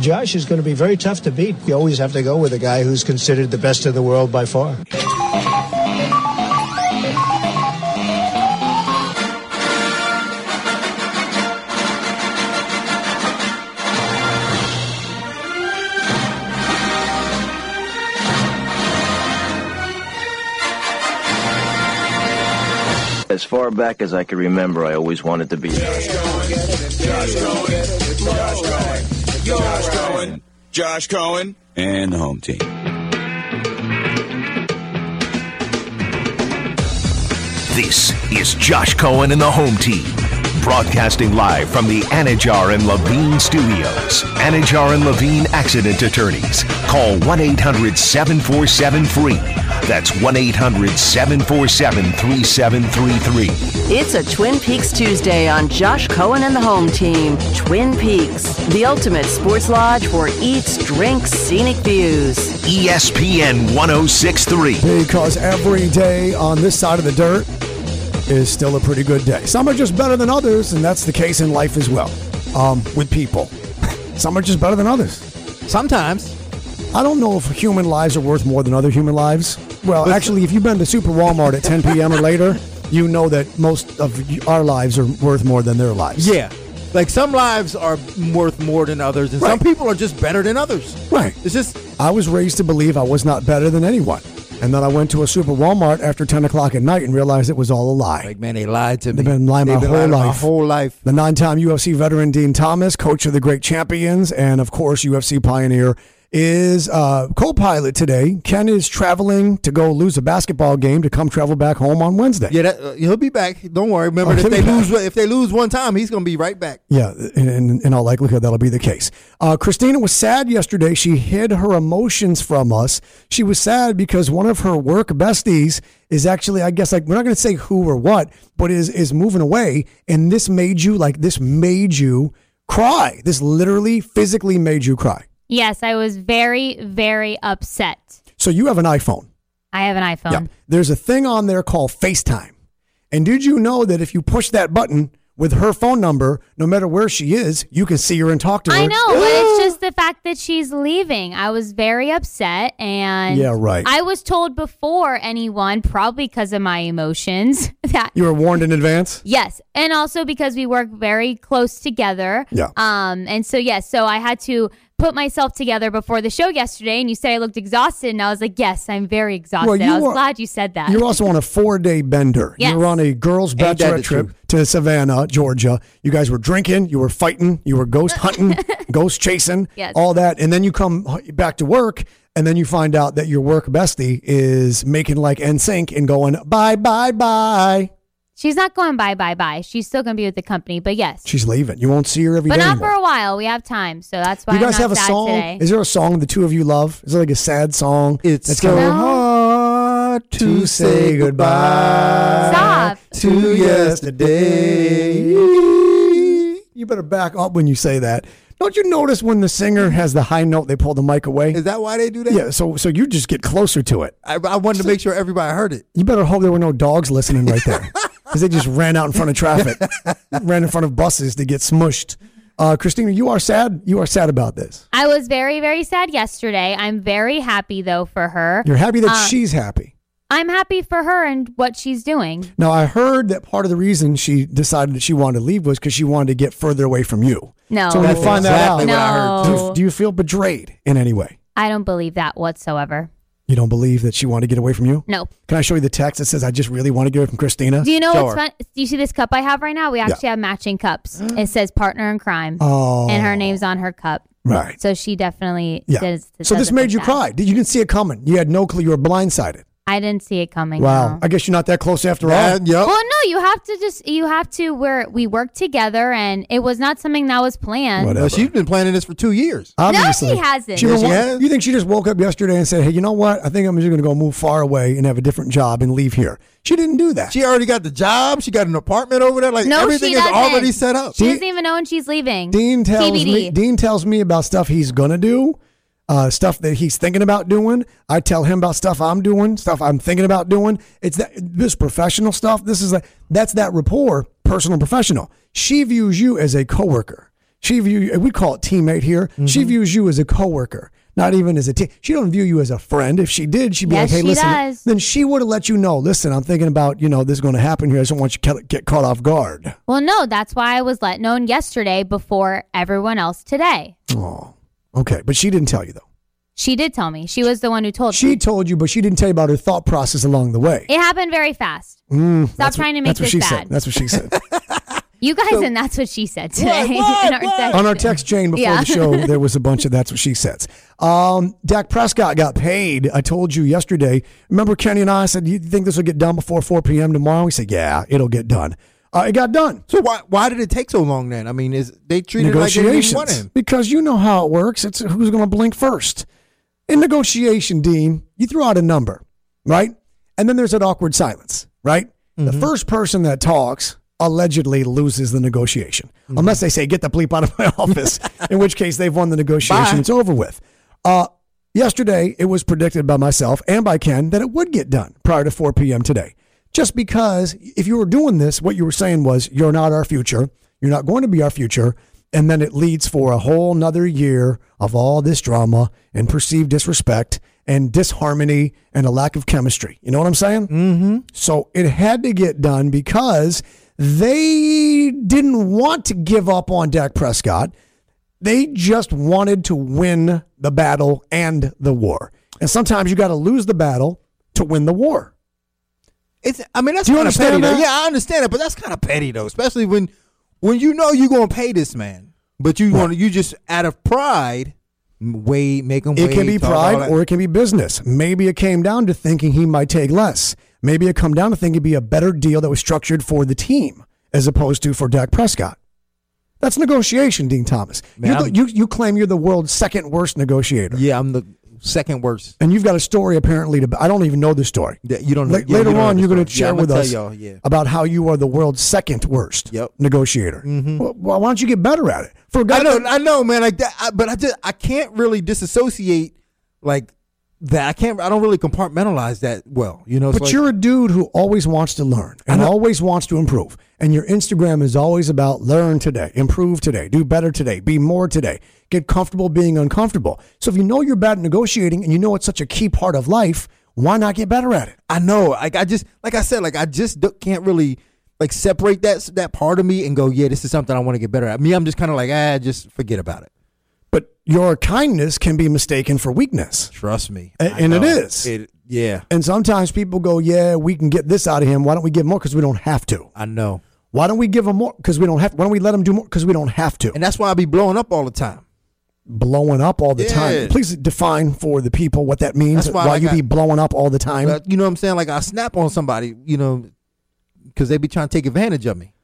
Josh is going to be very tough to beat. You always have to go with a guy who's considered the best in the world by far. As far back as I can remember, I always wanted to be. Josh Cohen, Josh Cohen, and the home team. This is Josh Cohen and the home team. Broadcasting live from the Anajar and Levine studios. Anajar and Levine accident attorneys. Call 1 800 747 free. That's 1 800 747 3733. It's a Twin Peaks Tuesday on Josh Cohen and the home team. Twin Peaks, the ultimate sports lodge for eats, drinks, scenic views. E ESPN 1063. because every day on this side of the dirt is still a pretty good day. Some are just better than others, and that's the case in life as well um, with people. Some are just better than others. Sometimes. I don't know if human lives are worth more than other human lives. Well, actually, if you've been to Super Walmart at 10 p.m. or later, you know that most of our lives are worth more than their lives. Yeah. Like some lives are worth more than others, and some Right. people are just better than others. Right. It's just I was raised to believe I was not better than anyone. And then I went to a Super Walmart after 10 o'clock at night and realized it was all a lie. like, man, they lied to me. They've been lying my They've been whole lying to my life. whole life. The nine time UFC veteran Dean Thomas, coach of the great champions, and of course, UFC pioneer, is uh, co pilot today. Ken is traveling to go lose a basketball game to come travel back home on Wednesday. Yeah, that, uh, he'll be back. Don't worry. Remember, Oh, if he'll they be lose, back. if they lose one time, he's going to be right back. Yeah, in, in, in all likelihood, that'll be the case. Uh, Christina was sad yesterday. She hid her emotions from us. She was sad because one of her work besties is actually, I guess, like we're not going to say who or what, but is is moving away, and this made you like this made you cry. This literally, physically made you cry. Yes, I was very, very upset. So you have an iPhone. I have an iPhone. Yep. There's a thing on there called FaceTime. And did you know that if you push that button with her phone number, no matter where she is, you can see her and talk to her? I know, but it's just the fact that she's leaving. I was very upset, and Yeah, right. I was told before anyone, probably because of my emotions, that You were warned in advance. yes, and also because we work very close together. Yeah. Um, and so yes, so I had to put myself together before the show yesterday, and you said I looked exhausted, and I was like, yes, I'm very exhausted. I you was are- glad you said that. You're also on a four day bender. Yes. You were on a girls' Ain't that the bachelorette trip truth. to Savannah, Georgia. You guys were drinking, you were fighting, you were ghost hunting, ghost chasing, Yes. all that. And then you come h- back to work, and then you find out that your work bestie is making like NSYNC and going, bye, bye, bye. she's not going bye bye bye. She's still going to be with the company, but yes, She's leaving. You won't see her every day. But not anymore. for a while. We have time, so that's why Do you guys I'm not have a sad song? today. Is there a song the two of you love? Is there like a sad song? It's that's so kinda- No. hard to say goodbye Stop. to yesterday. You better back up when you say that. Don't you notice when the singer has the high note, they pull the mic away? Is that why they do that? Yeah, so so you just get closer to it. I, I wanted to make sure everybody heard it. You better hope there were no dogs listening right there, because they just ran out in front of traffic, ran in front of buses to get smushed. Uh, Christina, you are sad. You are sad about this. I was very, very sad yesterday. I'm very happy though for her. You're happy that Uh, she's happy. I'm happy for her and what she's doing. Now, I heard that part of the reason she decided that she wanted to leave was because she wanted to get further away from you. No, So when you That's find exactly that what I heard, out, do, too. you, do you feel betrayed in any way? I don't believe that whatsoever. You don't believe that she wanted to get away from you? No. Can I show you the text that says, I just really want to get away from Christina? Do you know Show what's her. fun? Do you see this cup I have right now? We actually have matching cups. It says partner in crime, Oh. and her name's on her cup. Right. So she definitely Yeah. does. so this doesn't made think you that. cry. Did You didn't see it coming. You had no clue. You were blindsided. I didn't see it coming. Wow. no. I guess you're not that close after all. And, yep. Well, no, you have to just you have to where we work together, and it was not something that was planned. Whatever. Well, she's been planning this for two years. Obviously. hasn't. She Yes, been she wa- has. You think she just woke up yesterday and said, hey, you know what? I think I'm just going to go move far away and have a different job and leave here. She didn't do that. She already got the job. She got an apartment over there. Like No, she everything is doesn't. already set up. She Dean- doesn't even know when she's leaving. Dean tells TBD. me Dean tells me about stuff he's gonna do, uh, stuff that he's thinking about doing. I tell him about stuff I'm doing, stuff I'm thinking about doing. It's that this professional stuff. This is like that's that rapport, personal professional. She views you as a coworker. She view we call it teammate here. She views you as a coworker, not even as a team. She don't view you as a friend. If she did, she'd be Yes, like, "Hey, she listen." does. Then she would have let you know. Listen, I'm thinking about you know this is going to happen here. I just don't want you to get caught off guard. Well, no, that's why I was let known yesterday before everyone else today. Oh, okay, but she didn't tell you though. She did tell me. She was the one who told She me. told you, but she didn't tell you about her thought process along the way. It happened very fast. Stop trying to make Mm, That's what this she bad. said. That's what she said. you guys, and that's what she said today. what, in our what? section. On our text chain before Yeah. the show, there was a bunch of that's what she says. Um, Dak Prescott got paid. I told you yesterday. Remember, Kenny and I said, "You think this will get done before 4 p.m. tomorrow?" We said, "Yeah, it'll get done." Uh, it got done. So why why did it take so long then? I mean, is they treated it like they didn't want Negotiations, him? because you know how it works. It's who's going to blink first. In negotiation, Dean, you throw out a number, right? And then there's an awkward silence, right? The Mm-hmm. first person that talks allegedly loses the negotiation, Mm-hmm. unless they say, "Get the bleep out of my office," in which case they've won the negotiation. Bye. It's over with. Uh, yesterday, it was predicted by myself and by Ken that it would get done prior to 4 p.m. today. Just because if you were doing this, what you were saying was, you're not our future. You're not going to be our future. And then it leads for a whole nother year of all this drama and perceived disrespect and disharmony and a lack of chemistry. You know what I'm saying? So it had to get done because they didn't want to give up on Dak Prescott. They just wanted to win the battle and the war. And sometimes you got to lose the battle to win the war. It's I mean that's Do you kind of petty. understand Though. that? Yeah, I understand it, but that's kind of petty though, especially when when you know you're gonna pay this man, but you want you just out of pride, m- wait, make him. It wait, can be talk about pride it. or it can be business. Maybe it came down to thinking he might take less. Maybe it come down to thinking it'd be a better deal that was structured for the team as opposed to for Dak Prescott. That's negotiation, Dean Thomas. You're Man, the- I'm- you, you claim you're the world's second worst negotiator. Yeah, I'm the second worst. And you've got a story apparently to. I don't even know the story. Yeah, you don't know- La- yeah, you later don't know on, the you're going to story. Yeah, share I'm with gonna us tell y'all, yeah. about how you are the world's second worst Yep. Mm-hmm. negotiator. Well, well, why don't you get better at it? For a guy I know, that- I know, man. Like that, I, but I just I can't really disassociate like that. I can't. I don't really compartmentalize that well. You know, it's but like- you're a dude who always wants to learn and always wants to improve. And your Instagram is always about learn today, improve today, do better today, be more today, get comfortable being uncomfortable. So if you know you're bad at negotiating and you know it's such a key part of life, why not get better at it? I know. Like I just, like I said, like I just d- can't really like separate that that part of me and go, yeah, this is something I want to get better at. Me, I'm just kind of like, ah, just forget about it. But your kindness can be mistaken for weakness. Trust me. A- I and it know. is. It, yeah, And sometimes people go, yeah, we can get this out of him. Why don't we give more? Because we don't have to. I know. Why don't we give him more? Because we don't have. Why don't we let him do more? Because we don't have to. And that's why I be blowing up all the time. blowing up all the Yeah. time. Please define for the people what that means. That's why, why like, you I- be blowing up all the time. But, you know what I'm saying? Like I snap on somebody, you know, because they be trying to take advantage of me.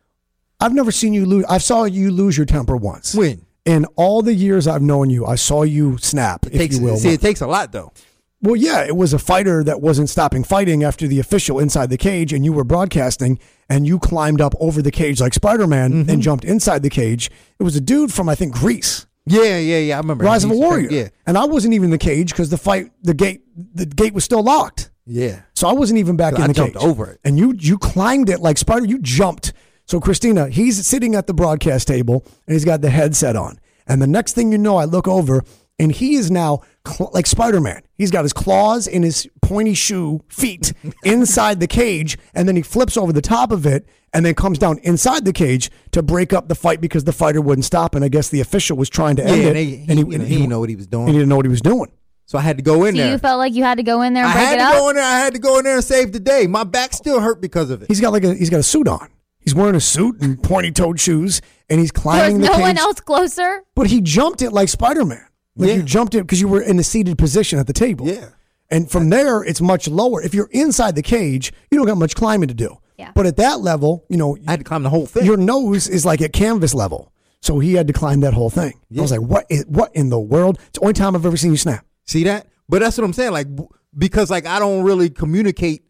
I've never seen you lose. I saw you lose your temper once. When In all the years I've known you, I saw you snap, if takes, you will. see, once. it takes a lot though. Well, yeah, it was a fighter that wasn't stopping fighting after the official inside the cage, and you were broadcasting, and you climbed up over the cage like Spider Man and jumped inside the cage. It was a dude from, I think, Greece, Yeah, yeah, yeah. I remember. Rise of a He's- Warrior. Yeah, And I wasn't even in the cage because the fight, the gate, the gate was still locked. yeah. So I wasn't even back I in the jumped cage. over it. and you you climbed it like spider. You jumped. So Christina, he's sitting at the broadcast table, and he's got the headset on. And the next thing you know, I look over, and he is now cl- like Spider Man. He's got his claws and his pointy shoe feet inside the cage, and then he flips over the top of it, and then comes down inside the cage to break up the fight because the fighter wouldn't stop. And I guess the official was trying to Yeah, end it, and he- he- you know, he didn't know what he was doing. and he didn't know what he was doing. So I had to go in So there. you felt like you had to go in there I and break had it to up? go in there. I had to go in there and save the day. My back still hurt because of it. He's got like a he's got a suit on. He's wearing a suit and pointy toed shoes, and he's there was climbing the no cage. one else closer? But he jumped it like Spider Man. Like Yeah. you jumped it because you were in a seated position at the table. Yeah. And from there, it's much lower. If you're inside the cage, you don't got much climbing to do. Yeah. But at that level, you know, I had to climb the whole thing. your nose is like at canvas level. So he had to climb that whole thing. I was like, what, is, what in the world? It's the only time I've ever seen you snap. See that? But that's what I'm saying. Like w- because like I don't really communicate,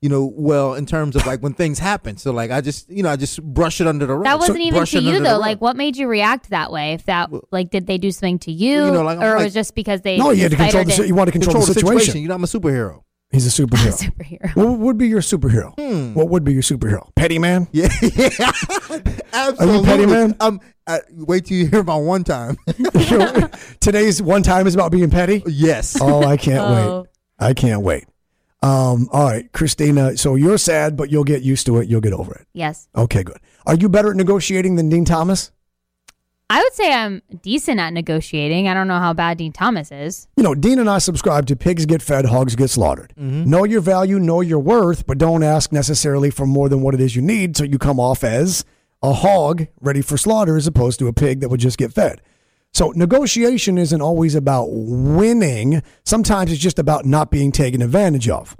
you know, well in terms of like when things happen. So like I just you know I just brush it under the rug. That wasn't even brush to it you under the though. rug. Like, what made you react that way? If that, like, did they do something to you, You know, like, I'm or it like- was just because they? No, you had to the spider control the, did- you want to control, the situation. You know I'm a superhero. He's a superhero. Superhero. What would be your superhero? What would be your superhero? Petty man? Yeah. Absolutely. petty, man? Um, I, wait till you hear my one time. Today's one time is about being petty. yes. Oh, I can't Oh. wait. I can't wait. Um, all right, Christina. So you're sad, but you'll get used to it. You'll get over it. Yes. Okay, good. Are you better at negotiating than Dean Thomas? I would say I'm decent at negotiating. I don't know how bad Dean Thomas is. You know, Dean and I subscribe to pigs get fed, hogs get slaughtered. Know your value, know your worth, but don't ask necessarily for more than what it is you need so you come off as a hog ready for slaughter as opposed to a pig that would just get fed. So negotiation isn't always about winning. Sometimes it's just about not being taken advantage of.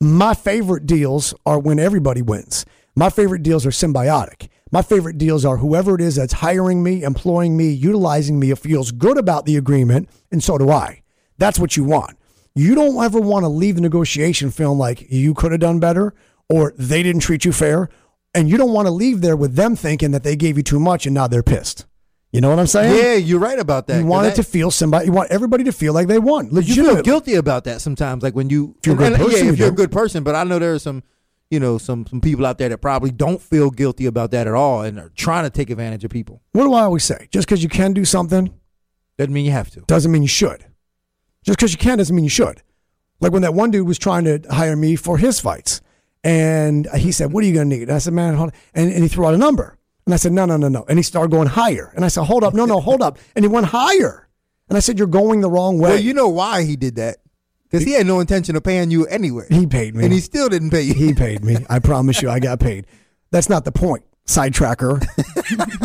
My favorite deals are when everybody wins. My favorite deals are symbiotic. My favorite deals are whoever it is that's hiring me, employing me, utilizing me, feels good about the agreement, and so do I. That's what you want. You don't ever want to leave the negotiation feeling like you could have done better or they didn't treat you fair. And you don't want to leave there with them thinking that they gave you too much and now they're pissed. You know what I'm saying? Yeah, you're right about that. You want 'cause it that- to feel somebody. You want everybody to feel like they won. you feel Legitimately. guilty about that sometimes. Like when you, If you're a good and- and- person, yeah, you if you're a do. good person. But I know there are some, you know, some some people out there that probably don't feel guilty about that at all and are trying to take advantage of people. What do I always say? Just because you can do something Doesn't mean you have to. doesn't mean you should. Just because you can doesn't mean you should. Like when that one dude was trying to hire me for his fights, and he said, "What are you going to need?" And I said, "Man, hold." on." And, and he threw out a number, and I said, "No, no, no, no." And he started going higher, and I said, "Hold up, no, no, hold up." And he went higher, and I said, "You're going the wrong way." Well, you know why he did that? Because he had no intention of paying you anyway. He paid me. and he still didn't pay you. He paid me. I promise you, I got paid. That's not the point, sidetracker.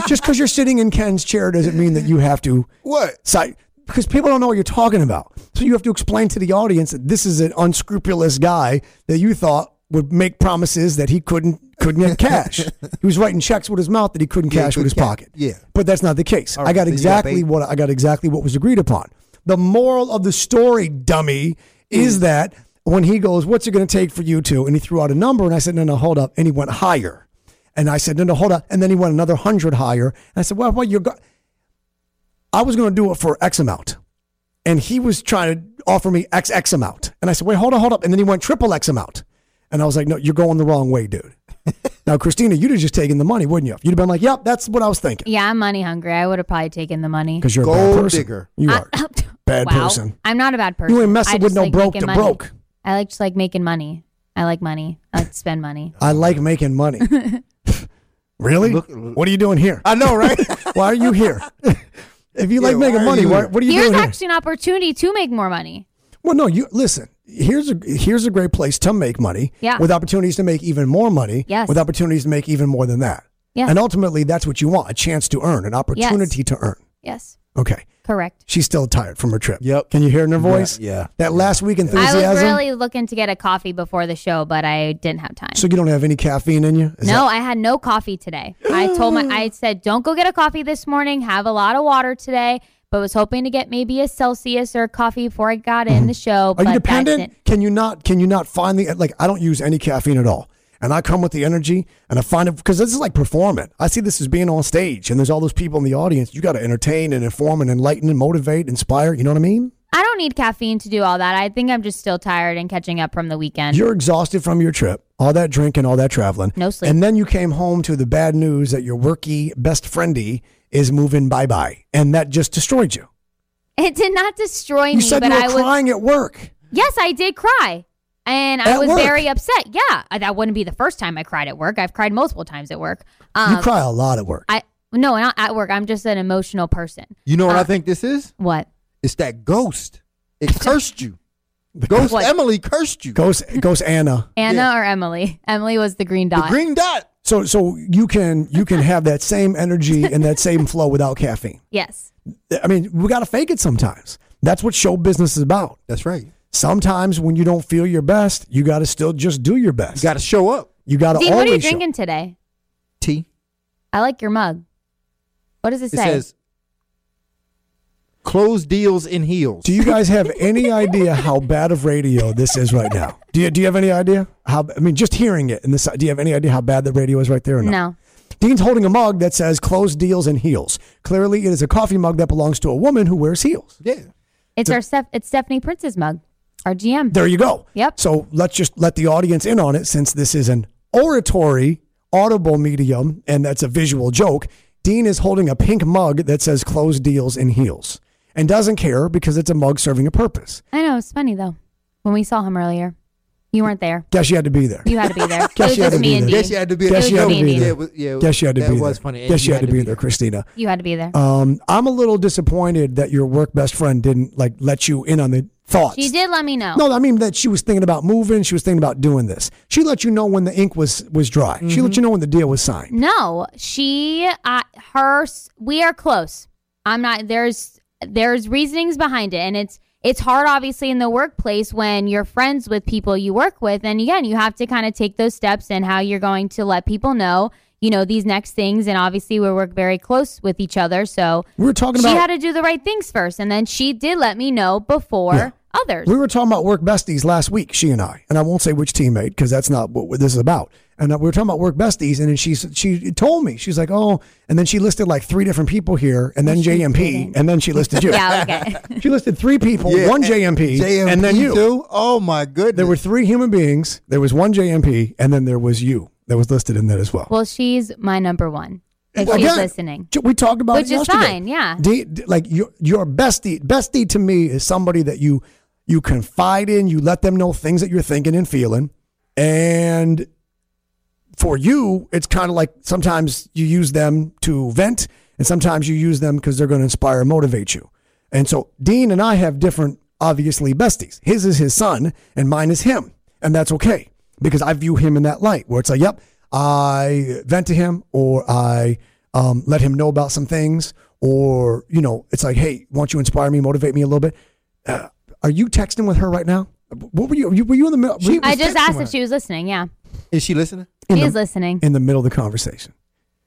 Just because you're sitting in Ken's chair doesn't mean that you have to What? side because people don't know what you're talking about. So you have to explain to the audience that this is an unscrupulous guy that you thought would make promises that he couldn't couldn't cash. he was writing checks with his mouth that he couldn't Yeah, he cash with couldn't his ca- pocket. yeah. But that's not the case. All I right, got then you got exactly bait. what I got exactly what was agreed upon. The moral of the story, dummy, Mm. is that when he goes, "What's it going to take for you to?" and he threw out a number, and I said, "No, no, hold up," and he went higher, and I said, "No, no, hold up," and then he went another hundred higher, and I said, "Well, well, you're." Go-. I was going to do it for X amount, and he was trying to offer me X X amount, and I said, "Wait, hold on, hold up," and then he went triple X amount, and I was like, "No, you're going the wrong way, dude." now, Christina, you'd have just taken the money, wouldn't you? You'd have been like, "Yep, that's what I was thinking." Yeah, I'm money hungry. I would have probably taken the money. Because you're a bad Gold person. digger. You I- are. bad Wow. person. I'm not a bad person. You ain't messing I with just no like broke making to money. broke. I like just like making money. I like money. I like to spend money. I like making money. really? Look- what are you doing here? I know, right? why are you here? if you like Yeah, making why are money, you why, here? what are you Here's doing actually an opportunity to make more money. here? Well, no, you listen. Here's a here's a great place to make money. Yeah. With opportunities to make even more money. Yes. With opportunities to make even more than that. Yeah. And ultimately, that's what you want—a chance to earn, an opportunity to earn. Yes, Okay. correct. She's still tired from her trip. Yep. Can you hear it in her voice? yeah. That last week I enthusiasm. was really looking to get a coffee before the show, but I didn't have time. so you don't have any caffeine in you? Is no, I had no coffee today. I told my I said don't go get a coffee this morning. Have a lot of water today, but was hoping to get maybe a Celsius or a coffee before I got in the show. Mm-hmm. Are but you that dependent? didn't- Can you not? Can you not find the like? I don't use any caffeine at all, and I come with the energy, and I find it because this is like performing. I see this as being on stage, and there's all those people in the audience. You got to entertain and inform and enlighten and motivate, inspire. You know what I mean? I don't need caffeine to do all that. I think I'm just still tired and catching up from the weekend. You're exhausted from your trip, all that drinking, all that traveling, No sleep. and then you came home to the bad news that your worky best friendy is moving bye bye, and that just destroyed you. It did not destroy You me, said but you were I was crying at work. Yes, I did cry. And I At was work? very upset. Yeah, I- that wouldn't be the first time I cried at work. I've cried multiple times at work. Um, you cry a lot at work. I no, not at work. I'm just an emotional person. You know what I think this is? What? It's that ghost. It cursed you. Ghost What? Emily cursed you. Goes goes Anna. Anna Yeah. or Emily? Emily was the green The dot. green dot. So so you can you can have that same energy and that same flow without caffeine. yes. I mean, we got to fake it sometimes. That's what show business is about. That's right. You Sometimes when you don't feel your best, you got to still just do your best. got to show up. You got to Dean, always what are you show- drinking today? T. I like your mug. What does it, It say? says close deals in heels. Do you guys have any idea how bad of radio this is right now? Do you do you have any idea how I mean just hearing it and this do you have any idea how bad the radio is right there or not? no. Dean's holding a mug that says closed deals and heels. Clearly it is a coffee mug that belongs to a woman who wears heels. Yeah. It's our Steph- it's Stephanie Prince's mug. Our GM. There you go. Yep. So let's just let the audience in on it since this is an oratory audible medium and that's a visual joke. Dean is holding a pink mug that says closed deals and heels and doesn't care because it's a mug serving a purpose. I know it's funny though. When we saw him earlier, you weren't there. Guess you had to be there. You had to be there. it Guess was you had to just be me and there. Dean. Guess you had to be It there. was just me Guess you had to be and there. Dean. it was- yeah, it- Guess you had to that be there. was funny. Guess you, had, to be there, Christina. You had to be there. Um, I'm a little disappointed that your work best friend didn't like let you in on the thoughts. She did let me know. No, I mean that she was thinking about moving. She was thinking about doing this. She let you know when the ink was was dry. She Mm-hmm. let you know when the deal was signed. No, she, uh, her, s- we are close. I'm not. There's there's reasonings behind it, and it's it's hard, obviously, in the workplace when you're friends with people you work with, and again, you have to kind of take those steps and how you're going to let people know, you know, these next things, and obviously, we work very close with each other, so We were talking she about had to do the right things first, and then she did let me know before others. we were talking about work besties last week. She and I, and I won't say which teammate because that's not what this is about. And uh, we were talking about work besties, and then she s- she told me she's like, oh, and then she listed like three different people here, and then Oh, JMP, and then she listed you. yeah, okay. She listed three people, one JMP, and then you. Too? Oh my goodness. There were three human beings. There was one JMP, and then there was you that was listed in that as well. well, she's my number one. If Well, she's yeah. listening. J- We talked about Which it is yesterday. fine, yeah. D- d- like your your bestie, bestie to me is somebody that you you confide in. You let them know things that you're thinking and feeling, and for you, it's kind of like sometimes you use them to vent, and sometimes you use them because they're going to inspire and motivate you. And so Dean and I have different, obviously, besties. His is his son, and mine is him. And that's okay because I view him in that light where it's like, yep, I vent to him or I um, let him know about some things, or, you know, it's like, hey, won't you inspire me, motivate me a little bit? Uh, are you texting with her right now? What were you? Were you in the middle? were you I just texting asked with if she was listening. Yeah, Is she listening? In she the- is listening. her in the middle of the conversation?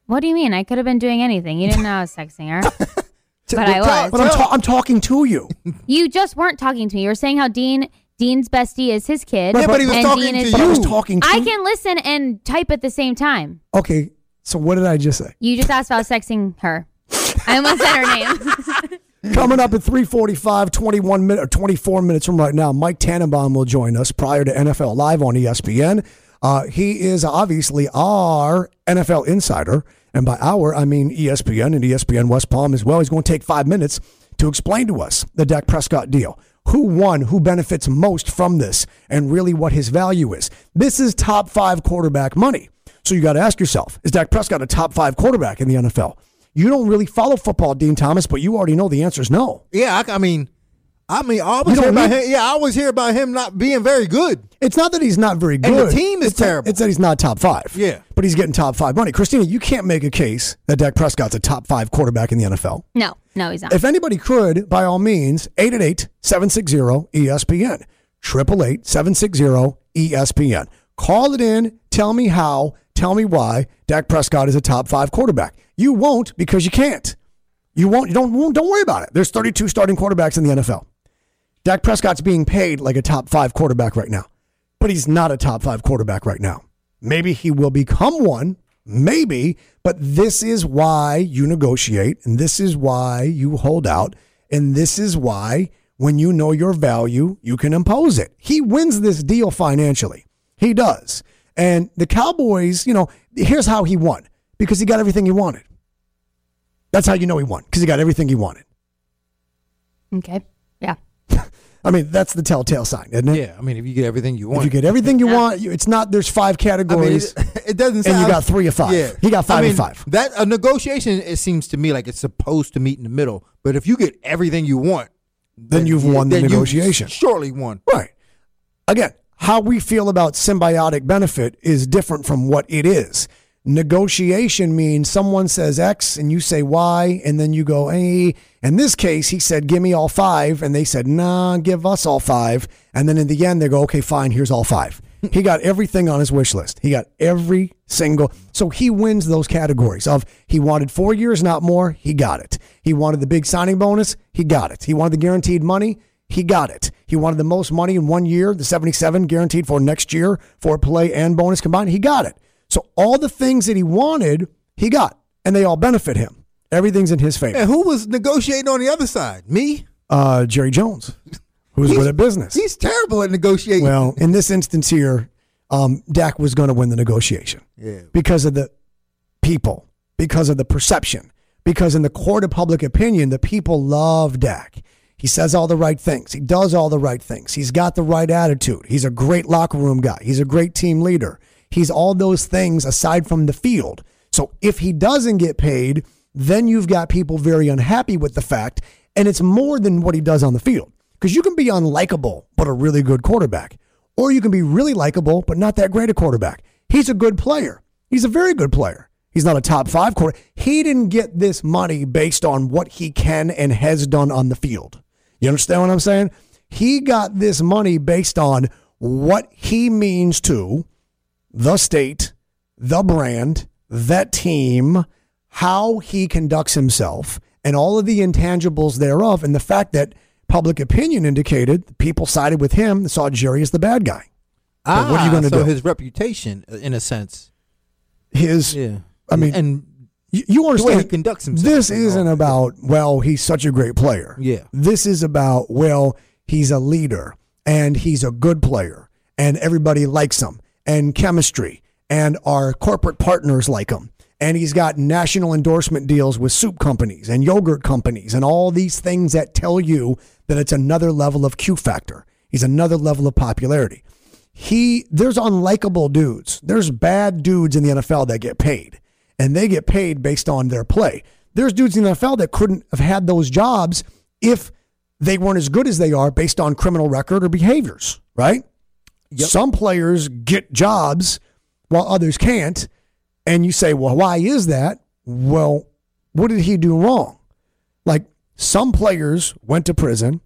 What do you mean? I could have been doing anything. You didn't know I was texting her. but I was. But I'm, ta- I'm talking to you. you just weren't talking to me. You were saying how Dean Dean's bestie is his kid. Yeah, but he was and talking Dean to is- But I was You. talking to I can listen and type at the same time. Okay, so what did I just say? You just asked about sexing her. I almost said her name. Coming up at 345, 21 minutes or 24 minutes from right now, Mike Tannenbaum will join us prior to NFL Live on E ESPN. Uh, he is obviously our NFL insider. And by our, I mean E ESPN and ESPN West Palm as well. He's going to take five minutes to explain to us the Dak Prescott deal. Who won, who benefits most from this, and really what his value is. This is top five quarterback money. So you got to ask yourself is Dak Prescott a top five quarterback in the NFL? You don't really follow football, Dean Thomas, but you already know the answer is no. Yeah, I, I mean, I mean, I always You hear don't about need- him. Yeah, I always hear about him not being very good. It's not that he's not very good. And the team is It's that- terrible. it's that he's not top five. Yeah. But he's getting top five money. Christina, you can't make a case that Dak Prescott's a top five quarterback in the NFL. No, no, he's not. If anybody could, by all means, 888 760 ESPN. 888 760 ESPN. Call it in. Tell me how. Tell me why Dak Prescott is a top five quarterback. You won't because you can't. You won't. You don't. Won't, don't worry about it. There's 32 starting quarterbacks in the NFL. Dak Prescott's being paid like a top five quarterback right now, but he's not a top five quarterback right now. Maybe he will become one, maybe, but this is why you negotiate and this is why you hold out. And this is why when you know your value, you can impose it. He wins this deal financially. He does. And the Cowboys, you know, here's how he won because he got everything he wanted. That's how you know he won because he got everything he wanted. okay. Yeah. I mean, that's the telltale sign, isn't it? Yeah, I mean, if you get everything you If want, you get everything you want, you, it's not there's five I mean, categories. it, it doesn't. And you Sound, got three of five. He got five of I mean, five. That a negotiation. It seems to me like it's supposed to meet in the middle. But if you get everything you want, then, you've won the then you negotiation. surely won. right. Again, how we feel about symbiotic benefit is different from what it is. Negotiation means someone says X and you say Y, and then you go, hey, in this case, he said, give me all five. And they said, nah, give us all five. And then in the end, they go, okay, fine, here's all five. He got everything on his wish list. He got every single. So he wins those categories of he wanted four years, not more. He got it. He wanted the big signing bonus. He got it. He wanted the guaranteed money. He got it. He wanted the most money in one year, the 77 guaranteed for next year for play and bonus combined. He got it. So all the things that he wanted, he got, and they all benefit him. Everything's in his favor. And who was negotiating on the other side? Me. Uh, Jerry Jones, who who's good at business. He's terrible at negotiating. Well, in this instance here, um, Dak was going to win the negotiation Yeah. because of the people, because of the perception, because in the court of public opinion, the people love Dak. He says all the right things. He does all the right things. He's got the right attitude. He's a great locker room guy. He's a great team leader. He's all those things aside from the field. So if he doesn't get paid, then you've got people very unhappy with the fact, and it's more than what he does on the field. Because you can be unlikable, but a really good quarterback. Or you can be really likable, but not that great a quarterback. He's a good player. He's a very good player. He's not a top five quarter. He didn't get this money based on what he can and has done on the field. You understand what I'm saying? He got this money based on what he means to the state, the brand, that team, how he conducts himself, and all of the intangibles thereof, and the fact that public opinion indicated people sided with him and saw Jerry as the bad guy. Ah, what are you gonna so do? His reputation, uh, in a sense. His, Yeah. I mean, and you, you he understand conducts himself This and all isn't that. about well, he's such a great player. Yeah. This is about well, he's a leader and he's a good player and everybody likes him and chemistry and our corporate partners like him and he's got national endorsement deals with soup companies and yogurt companies and all these things that tell you that it's another level of Q factor. He's another level of popularity he there's unlikable dudes. There's bad dudes in the NFL that get paid, and they get paid based on their play. There's dudes in the NFL that couldn't have had those jobs if they weren't as good as they are based on criminal record or behaviors, right? Some players get jobs while others can't, and you say, "Well, why is that?" Well, what did he do wrong? Like some players went to prison,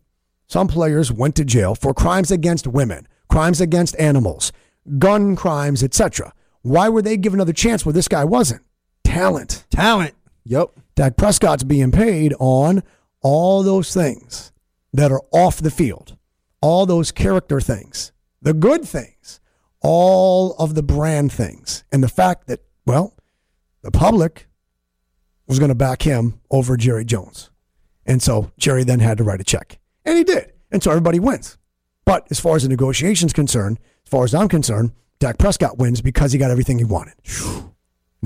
some players went to jail for crimes against women, crimes against animals, gun crimes, etc. Why were they given another chance where this guy wasn't? Talent. talent. Yep. Dak Prescott's being paid on all those things that are off the field, all those character things, the good things, all of the brand things, and the fact that, well, the public was going to back him over Jerry Jones. And so Jerry then had to write a check. And he did. And so everybody wins. But as far as the negotiation's concerned, as far as I'm concerned, Dak Prescott wins because he got everything he wanted. And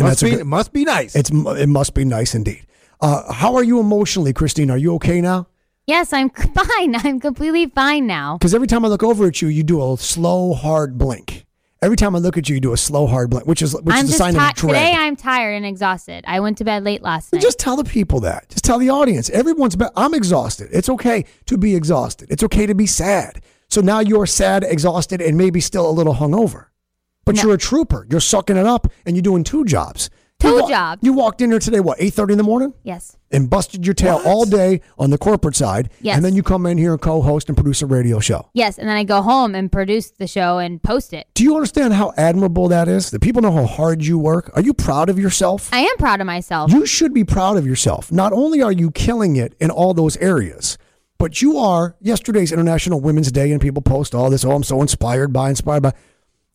Must a be, good- must be nice. it's it must be nice indeed. Uh, how are you emotionally, Christine? Are you okay now? Yes, I'm fine. I'm completely fine now. Because every time I look over at you, you do a slow, hard blink. Every time I look at you, you do a slow, hard blink, which is which I'm is just a sign ti- of dread. today. I'm tired and exhausted. I went to bed late last night. Just tell the people that. Just tell the audience. Everyone's. Be- I'm exhausted. It's okay to be exhausted. It's okay to be sad. So now you're sad, exhausted, and maybe still a little hungover. But No. you're a trooper. You're sucking it up, and you're doing two jobs. Two you wa- jobs. You walked in here today. What? Eight thirty in the morning. yes. and busted your tail all day on the corporate side. Yes. And then you come in here and co host and produce a radio show. Yes, and then I go home and produce the show and post it. Do you understand how admirable that is? That people know how hard you work. Are you proud of yourself? I am proud of myself. You should be proud of yourself. Not only are you killing it in all those areas, but you are yesterday's International Women's Day, and people post all this. Oh, I'm so inspired by, inspired by.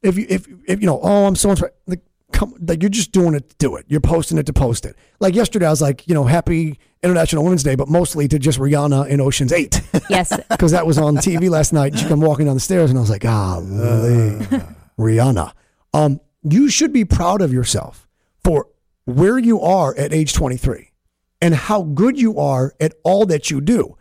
If you, if, if you know, oh, I'm so inspired. Like, come, like you're just doing it to do it. You're posting it to post it. Like yesterday, I was like, you know, happy International Women's Day, but mostly to just Rihanna in Ocean's Eight. yes. because that was on TV last night. and She come walking down the stairs, and I was like, ah, Rihanna. Um, you should be proud of yourself for where you are at age 23 and how good you are at all that you do.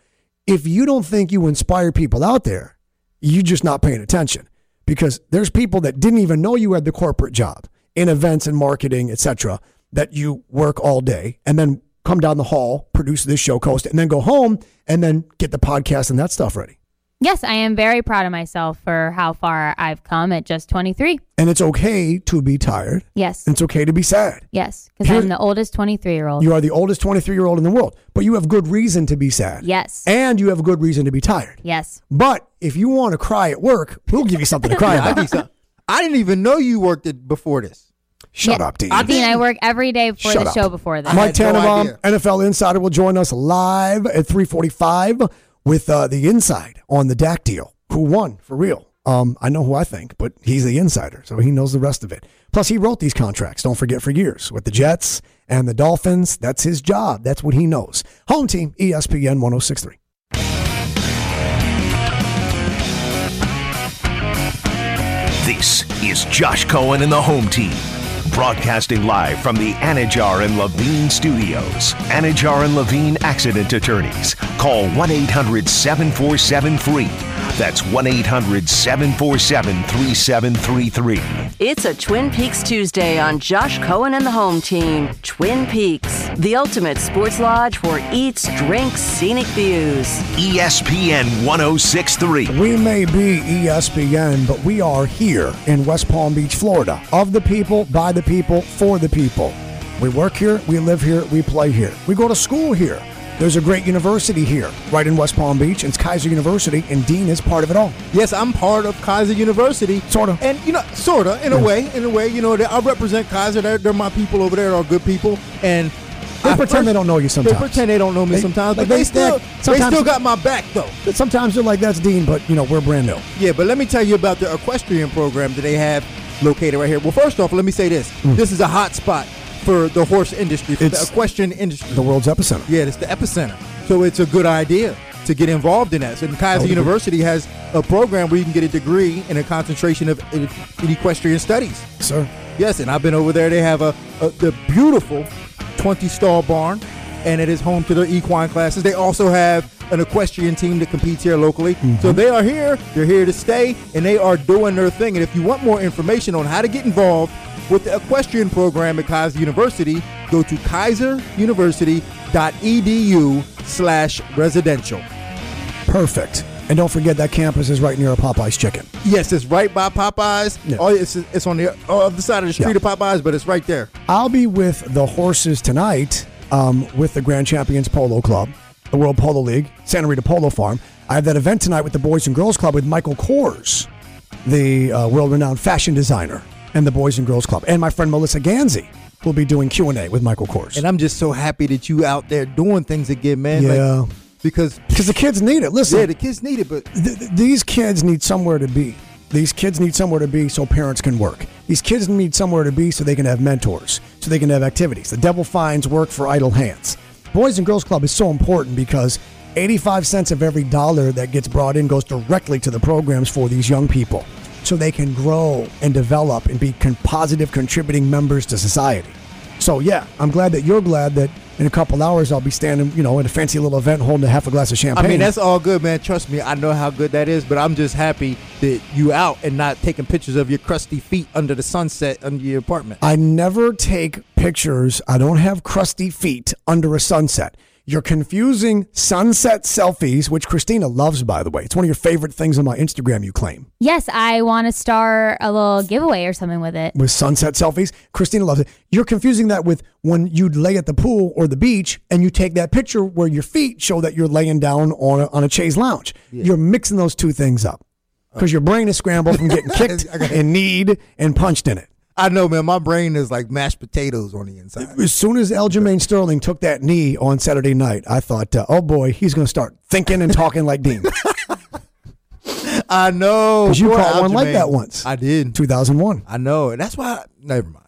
If you don't think you inspire people out there, you're just not paying attention because there's people that didn't even know you had the corporate job in events and marketing, etc., that you work all day and then come down the hall, produce this show, coast, it, and then go home and then get the podcast and that stuff ready. Yes, I am very proud of myself for how far I've come at just 23. And it's okay to be tired. Yes. and It's okay to be sad. Yes, because Here's- I'm the oldest 23 year old. You are the oldest 23 year old in the world, but you have good reason to be sad. Yes. And you have good reason to be tired. Yes. But if you want to cry at work, we'll give you something to cry Yeah, I, about. think so. I didn't even know you worked it before this. Shut Yeah. up, Dean. Dean, I work every day before Shut the up. show before this. Mike I had no Tannenbaum, idea. NFL Insider, will join us live at 3:45 with uh, the inside on the Dak deal. Who won for real? Um, I know who I think, but he's the insider, so he knows the rest of it. Plus, he wrote these contracts. Don't forget for years with the Jets and the Dolphins. That's his job. That's E oh what he knows. Home team, ESPN 106.3. This is Josh Cohen and the home team. Broadcasting live from the Anajar and Levine studios. Anajar and Levine accident attorneys. Call 1 800 747 FREE. That's 1 800 747 3733. It's a Twin Peaks Tuesday on Josh Cohen and the home team. Twin Peaks, the ultimate sports lodge for eats, drinks, scenic views. E ESPN 1063. We may be E ESPN, but we are here in West Palm Beach, Florida. Of the people, by the people, for the people. We work here, we live here, we play here. We go to school here. There's a great university here, right in West Palm Beach. It's Kaiser University, and Dean is part of it all. Yes, I'm part of Kaiser University. Sorta. And, you know, sort of, in a way. In a way, you know, they- I represent Kaiser. They're, they're my people over there. They're good people. And They at pretend they don't know you sometimes. They pretend they don't know me They- sometimes, like but they, they- still, they- they sometimes- still got my back, though. But sometimes they're like, that's Dean, but, you know, we're brand new. Yeah, but let me tell you about the equestrian program that they have located right here. Well, first off, let me say this: this is a hot spot for the horse industry, for Mm. It's- the equestrian industry. The world's epicenter. yeah, it's the epicenter. So it's a good idea to get involved in that. So Kaiser Oh, yeah. University has a program where you can get a degree in a concentration of in in equestrian studies. Sir, Yes, and I've been over there. They have a, a the beautiful 20 stall barn, and it is home to their equine classes. They also have an equestrian team that competes here locally. So they are here, they're here to stay, and they are doing their thing. And if you want more information on how to get involved with the equestrian program at Kaiser University, go to kaiseruniversity.edu slash residential. perfect. And don't forget that campus is right near a Popeye's Chicken. Yes, it's right by Popeyes. Yeah. Oh, it's, it's on the other side of the street Yeah. of Popeyes, but it's right there. I'll be with the horses tonight um, with the Grand Champions Polo Club, the World Polo League, Santa Rita Polo Farm. I have that event tonight with the Boys and Girls Club with Michael Kors, the uh, world-renowned fashion designer, and the Boys and Girls Club, and my friend Melissa Ganzi will be doing Q and A with Michael Kors. And I'm just so happy that you out there doing things again, man. Yeah. Like, because because the kids need it. Listen, yeah, the kids need it, but th- th- these kids need somewhere to be. These kids need somewhere to be so parents can work. These kids need somewhere to be so they can have mentors, so they can have activities. The devil finds work for idle hands. Boys and Girls Club is so important because 85 cents of every dollar that gets brought in goes directly to the programs for these young people so they can grow and develop and be con- positive contributing members to society. So yeah, I'm glad that you're glad that in a couple hours I'll be standing, you know, at a fancy little event holding a half a glass of I champagne. mean that's all good, man. Trust me, I know how good that is, but I'm just happy that you out and not taking pictures of your crusty feet under the sunset under your apartment. I never take pictures. I don't have crusty feet under a sunset. You're confusing sunset selfies, which Christina loves, by the way. It's one of your favorite things on my Instagram. You claim Yes, I want to start a little giveaway or something with it. with sunset selfies. Christina loves it. You're confusing that with when you lay at the pool or the beach and you take that picture where your feet show that you're laying down on a, on a chaise lounge. You're mixing those two things up because your brain is scrambled from getting kicked and kneed and punched in it. I know, man, my brain is like mashed potatoes on the inside. As soon as Aljamain Sterling took that knee on Saturday night, I thought, uh, oh boy, he's going to start thinking and talking like Dean. I know. 'Cause you Oh, Boy, caught one like Aljamain. that once. I did. 2001. I know. And that's why never mind.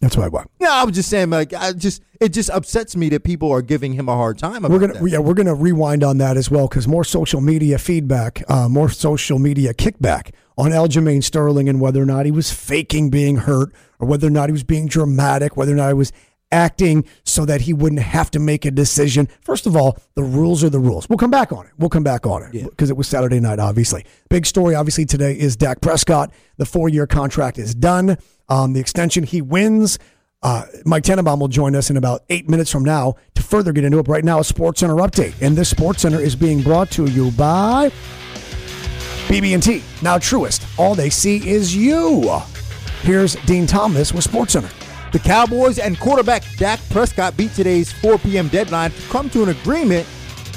That's why I won. No, I was just saying like I just it just upsets me that people are giving him a hard time about We're gonna that. yeah, we're gonna rewind on that as well because more social media feedback, uh, more social media kickback on Aljamain Sterling and whether or not he was faking being hurt or whether or not he was being dramatic, whether or not he was acting so that he wouldn't have to make a decision. First of all, the rules are the rules. We'll come back on it. We'll come back on it because it was Saturday night, obviously. Big story, obviously, today is Dak Prescott. The four year contract is done. Um, the extension, he wins. Uh, Mike Tenenbaum will join us in about eight minutes from now to further get into it. But right now, a Sports Center update, and this Sports Center is being brought to you by BB&T. Now, Truest, all they see is you. Here's Dean Thomas with Sports Center. The Cowboys and quarterback Dak Prescott beat today's 4 p.m. deadline to come to an agreement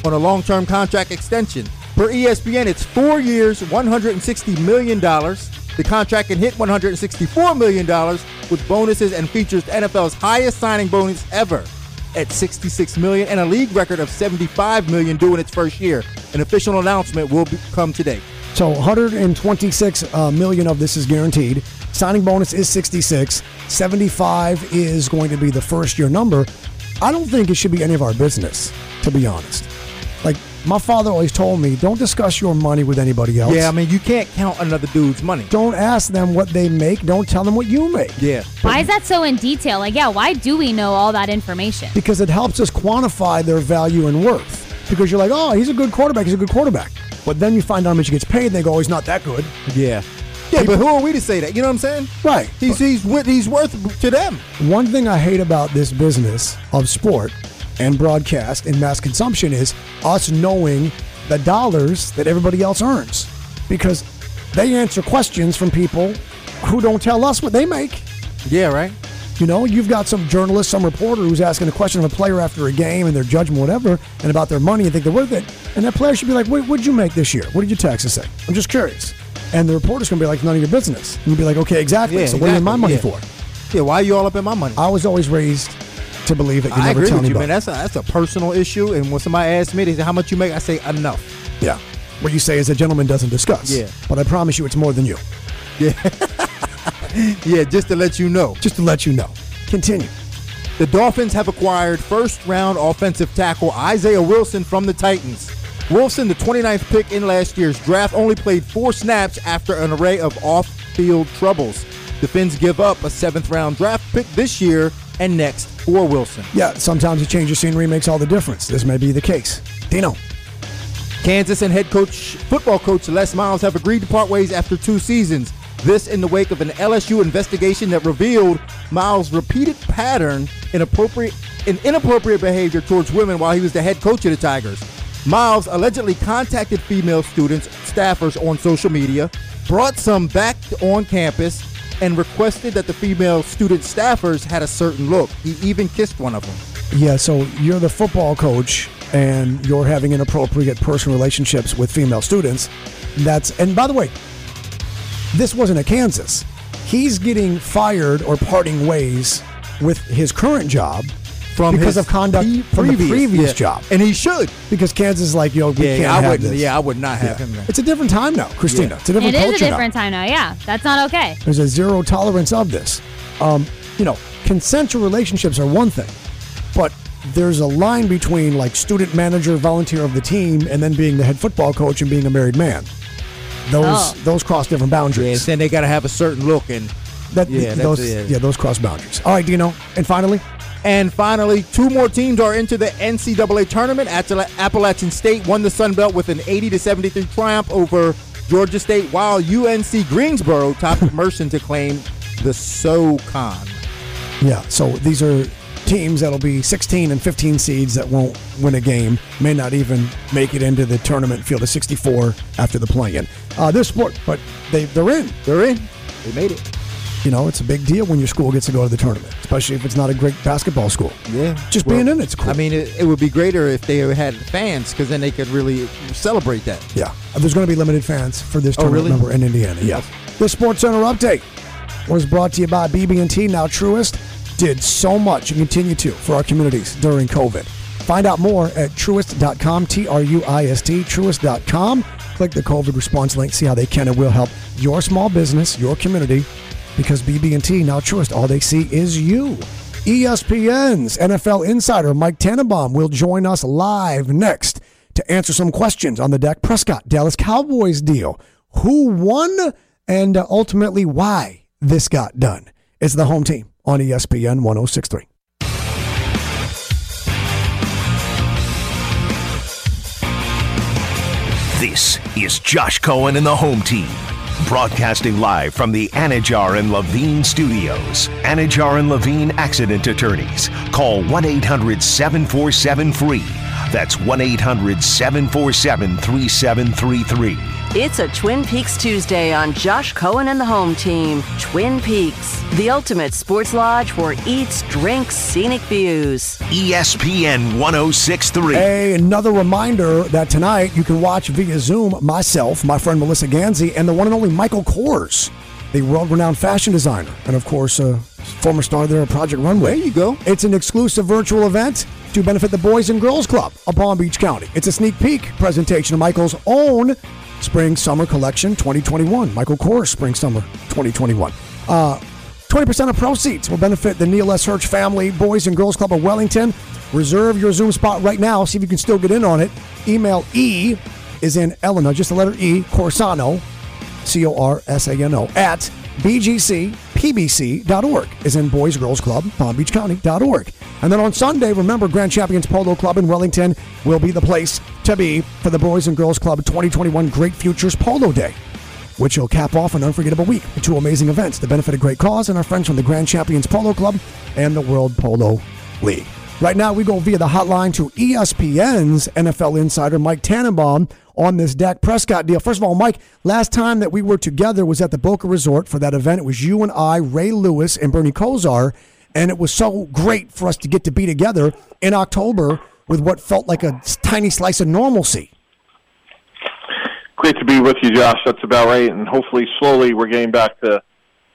on a long term contract extension. Per E ESPN, it's four years, $160 million. The contract can hit $164 million with bonuses and features the NFL's highest signing bonus ever at $66 million and a league record of $75 million due in its first year. An official announcement will be- come today. So 126 uh, million of this is guaranteed. Signing bonus is 66. 75 is going to be the first year number. I don't think it should be any of our business, to be honest. Like my father always told me, don't discuss your money with anybody else. Yeah, I mean, you can't count another dude's money. Oh, don't ask them what they make. Don't tell them what you make. Yeah. Why is that so in detail? Like, yeah, why do we know all that information? because it helps us quantify their value and worth. Because you're like, oh, he's a good quarterback. He's a good quarterback. But then you find out how much he gets paid, and they go, oh, he's not that good. Yeah. Yeah, but who are we to say that? You know what I'm saying? Right. He's he's wi- he's worth to them. One thing I hate about this business of sport and broadcast and mass consumption is us knowing the dollars that everybody else earns because they answer questions from people who don't tell us what they make. Yeah, right. You know, you've got some journalist, some reporter who's asking a question of a player after a game and their judgment, whatever, and about their money and think they're worth it. And that player should be like, Wait, what'd you make this year? What did your taxes say? I'm just curious. And the reporter's going to be like, None of your business. And you'd be like, Okay, exactly. Yeah, so what do you need my money exactly, for? Yeah, why are you all up in my money? I was always raised to believe that you I never agree tell with you, man. anybody. That's a, that's a personal issue. And when somebody asks me, they say, "How much you make?" I say, "Enough." yeah. What you say is a gentleman doesn't discuss. Yeah. But I promise you it's more than you. Yeah, just to let you know, Just to let you know. Continue. the Dolphins have acquired first-round offensive tackle Isaiah Wilson from the Titans. Wilson, the 29th pick in last year's draft, only played four snaps after an array of off-field troubles. The Finns give up a seventh-round draft pick this year and next for Wilson. Yeah, sometimes a change of scenery makes all the difference. This may be the case. Dino. Kansas and head coach football coach Les Miles have agreed to part ways after two seasons. This in the wake of an LSU investigation that revealed Miles' repeated pattern in appropriate in inappropriate behavior towards women while he was the head coach of the Tigers. Miles allegedly contacted female students, staffers on social media, brought some back on campus, and requested that the female student staffers had a certain look. He even kissed one of them. Yeah, so you're the football coach and you're having inappropriate personal relationships with female students. That's and by the way, this wasn't a Kansas. He's getting fired or parting ways with his current job From because his of conduct pre- from the previous yeah. job. and he should. because Kansas is like, yo, we Yeah, can't I have wouldn't- this. yeah, I would not have him there. It's a different time now, Christina. Yeah. It's a It different is culture a different now. time now. Yeah, that's not okay. There's a zero tolerance of this. Um, you know, consensual relationships are one thing, but there's a line between like student manager, volunteer of the team, and then being the head football coach and being a married man. Those Oh. those cross different Yeah, boundaries. saying they got to have a certain look. And that, yeah, that's- those yeah. yeah, those cross boundaries. All right, Dino, and finally, and finally, two more teams are into the NCAA tournament. Attala- Appalachian State won the Sun Belt with an 80 to 73 triumph over Georgia State, while UNC Greensboro topped Merson to claim the SoCon. Yeah, so these are teams that'll be 16 and 15 seeds that won't win a game, may not even make it into the tournament field of 64 after the play-in. Uh, they're sport, but they, they're in. They're in. They made it. You know, it's a big deal when your school gets to go to the tournament, especially if it's not a great basketball school. Yeah, Just Well, being in it's cool. I mean, it, it would be greater if they had fans because then they could really celebrate that. Yeah. There's going to be limited fans for this Oh, tournament really? number in Indiana. Yeah. This Sports Center update was brought to you by BB&T, now Truist. Did so much and continue to for our communities during COVID. Find out more at truist.com, T R U I S T, truist.com. Click the COVID response link, see how they can and will help your small business, your community, because BB&T, now Truist, all they see is you. E ESPN's NFL insider Mike Tannenbaum will join us live next to answer some questions on the Dak Prescott Dallas Cowboys deal. Who won and uh, ultimately why this got done? It's the home team on E ESPN 1063. This is Josh Cohen and the home team. Broadcasting live from the Anajar and Levine studios. Anajar and Levine accident attorneys. Call 1 800 747 free. That's 1 800 747 3733. It's a Twin Peaks Tuesday on Josh Cohen and the home team. Twin Peaks, the ultimate sports lodge for eats, drinks, scenic views. E ESPN 1063. Hey, another reminder that tonight you can watch via Zoom myself, my friend Melissa Ganzi, and the one and only Michael Kors, the world renowned fashion designer, and of course, uh, former star there at Project Runway. There you go. It's an exclusive virtual event to benefit the Boys and Girls Club of Palm Beach County. It's a sneak peek presentation of Michael's own spring summer collection 2021. Michael Kors spring summer 2021. Uh, 20% of proceeds will benefit the Neil S. Hirsch family, Boys and Girls Club of Wellington. Reserve your Zoom spot right now. See if you can still get in on it. Email E is in Elena, just the letter E, Corsano, C O R S A N O, at bgcpbc.org, is in Boys Girls Club, Palm Beach County.org. And then on Sunday, remember Grand Champions Polo Club in Wellington will be the place to be for the Boys and Girls Club 2021 Great Futures Polo Day, which will cap off an unforgettable week with two amazing events to benefit a great cause and our friends from the Grand Champions Polo Club and the World Polo League. Right now, we go via the hotline to E ESPN's NFL insider Mike Tannenbaum on this Dak Prescott deal. First of all, Mike, last time that we were together was at the Boca Resort for that event. It was you and I, Ray Lewis, and Bernie Kosar, and it was so great for us to get to be together in October with what felt like a tiny slice of normalcy. Great to be with you, Josh. That's about right. And hopefully, slowly, we're getting back to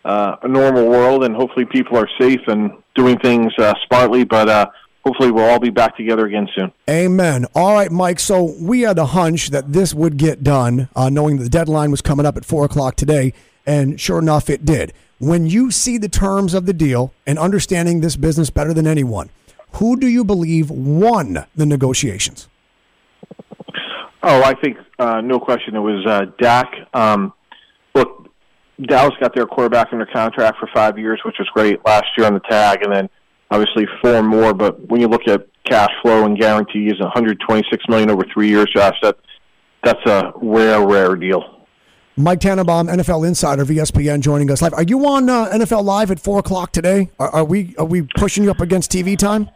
uh, a normal world, and hopefully, people are safe and doing things uh, smartly. But uh, hopefully, we'll all be back together again soon. Amen. All right, Mike. So we had a hunch that this would get done, uh, knowing that the deadline was coming up at four o'clock today, and sure enough, it did. When you see the terms of the deal and understanding this business better than anyone, who do you believe won the negotiations? Oh, I think uh, no question. It was uh, Dak. Um, look, Dallas got their quarterback under contract for five years, which was great last year on the tag, and then obviously four more. But when you look at cash flow and guarantees, 126 million over three years, Josh, that that's a rare, rare deal. Mike Tannenbaum, NFL Insider, E VSPN, joining us live. Are you on uh, NFL Live at four o'clock today? Are, are we are we pushing you up against TV time?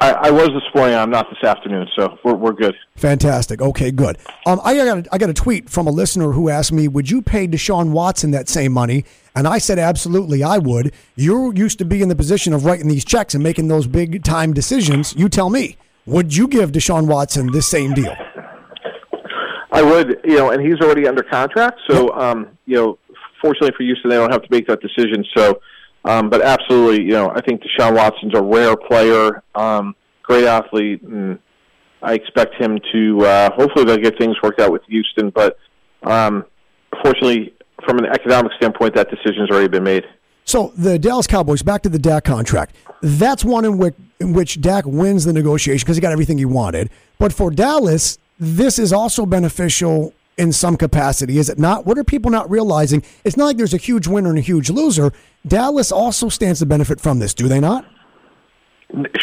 I, I was this morning. I'm not this afternoon, so we're we're good. Fantastic. Okay, good. Um, I got a, I got a tweet from a listener who asked me, "Would you pay Deshaun Watson that same money?" And I said, "Absolutely, I would." You used to be in the position of writing these checks and making those big time decisions. You tell me, would you give Deshaun Watson this same deal? I would, you know, and he's already under contract. So, um, you know, fortunately for Houston, they don't have to make that decision. So, um, but absolutely, you know, I think Deshaun Watson's a rare player, um, great athlete, and I expect him to. Uh, hopefully, they'll get things worked out with Houston. But um, fortunately, from an economic standpoint, that decision's already been made. So the Dallas Cowboys back to the Dak contract. That's one in which, in which Dak wins the negotiation because he got everything he wanted. But for Dallas, this is also beneficial in some capacity, is it not? What are people not realizing? It's not like there's a huge winner and a huge loser. Dallas also stands to benefit from this, do they not?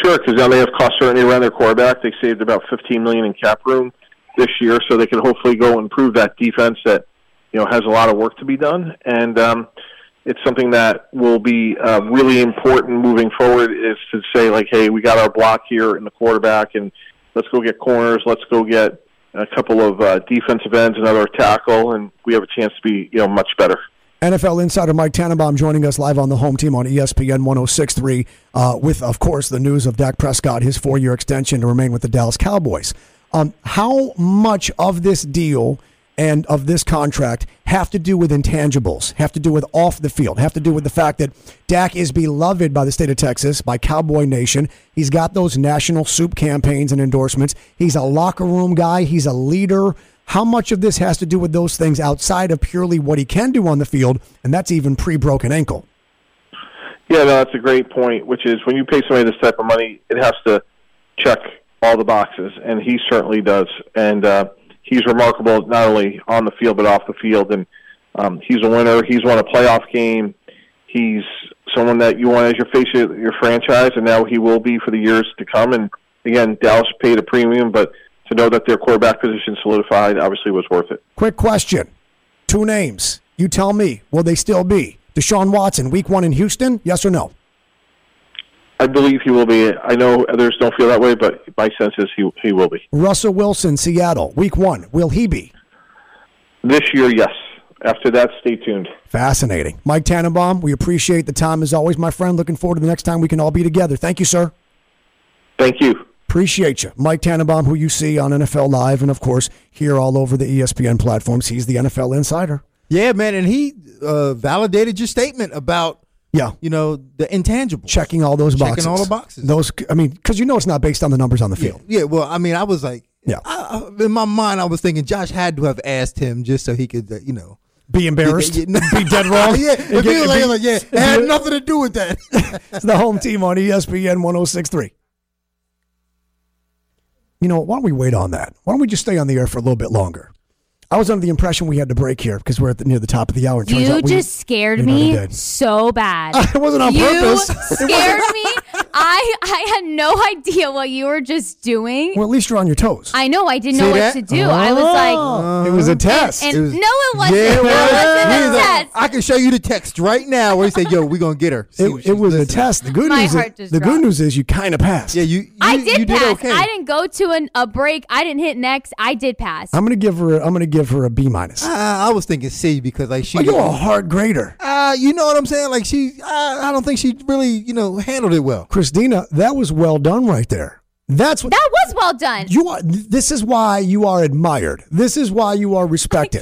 Sure, because now they have cost certainty around their quarterback. They saved about 15 million in cap room this year, so they can hopefully go and improve that defense that you know has a lot of work to be done. And um, it's something that will be uh, really important moving forward is to say like, hey, we got our block here in the quarterback, and let's go get corners, let's go get a couple of uh, defensive ends, another tackle, and we have a chance to be you know much better. NFL insider Mike Tannenbaum joining us live on the home team on E ESPN 106.3 uh, with, of course, the news of Dak Prescott, his four-year extension to remain with the Dallas Cowboys. Um, how much of this deal and of this contract have to do with intangibles, have to do with off the field, have to do with the fact that Dak is beloved by the state of Texas, by Cowboy Nation. He's got those national soup campaigns and endorsements. He's a locker room guy, he's a leader. How much of this has to do with those things outside of purely what he can do on the field, and that's even pre broken ankle? Yeah, no, that's a great point. Which is when you pay somebody this type of money, it has to check all the boxes, and he certainly does. And uh, he's remarkable not only on the field but off the field. And um, he's a winner. He's won a playoff game. He's someone that you want as your face of your franchise, and now he will be for the years to come. And again, Dallas paid a premium, but to know that their quarterback position solidified obviously was worth it. Quick question. Two names. You tell me, will they still be? Deshaun Watson, week one in Houston, yes or no? I believe he will be. I know others don't feel that way, but my sense is he he will be Russell Wilson, Seattle, week one, will he be? this year. Yes. After that, stay tuned. Fascinating. Mike Tannenbaum, we appreciate the time as always, my friend. Looking forward to the next time we can all be together. Thank you, sir. Thank you. Appreciate you. Mike Tannenbaum, who you see on NFL Live and, of course, here all over the E ESPN platforms. He's the NFL insider. Yeah, man, and he uh, validated your statement about Yeah. you know the intangible Checking all those Checking boxes. all the boxes. Those, I mean, because you know it's not based on the numbers on the field. Yeah, well, I mean, I was like, Yeah. I, I, in my mind, I was thinking Josh had to have asked him just so he could, uh, you know, be embarrassed, Yeah, yeah, be dead wrong. yeah, and it'd get- be and like, be- like, yeah, it had nothing to do with that. It's the home team on E ESPN 1063. You know, what? why don't we wait on that? Why don't we just stay on the air for a little bit longer? I was under the impression we had to break here because we're at the, near the top of the hour. It turns You out we- just scared you know me they did. so bad. It wasn't on you purpose. It wasn't- scared me. I I had no idea what you were just doing. Well, at least you're on your toes. I know I didn't See know that? what to do. I was like, Oh, it was Uh-huh. a test. and It was- no, it wasn't. Yeah, no, it it was. He's wasn't a like, test. I can show you the text right now where he said, "Yo, we gonna get her." See It, what it she's was a listening. test. The good My news. heart is, just the good dropped. news is you kind of passed. Yeah, you. you I did you pass. Did okay. I didn't go to an, a break. I didn't hit next. I did pass. I'm gonna give her. I'm gonna give her a B minus. Uh, I was thinking C because like she. Oh, you're a hard grader, Uh, you know what I'm saying? Like she, uh, I don't think she really, you know, handled it well. Christina. That was well done right there. That's what that was well done. you are. This is why you are admired. This is why you are respected.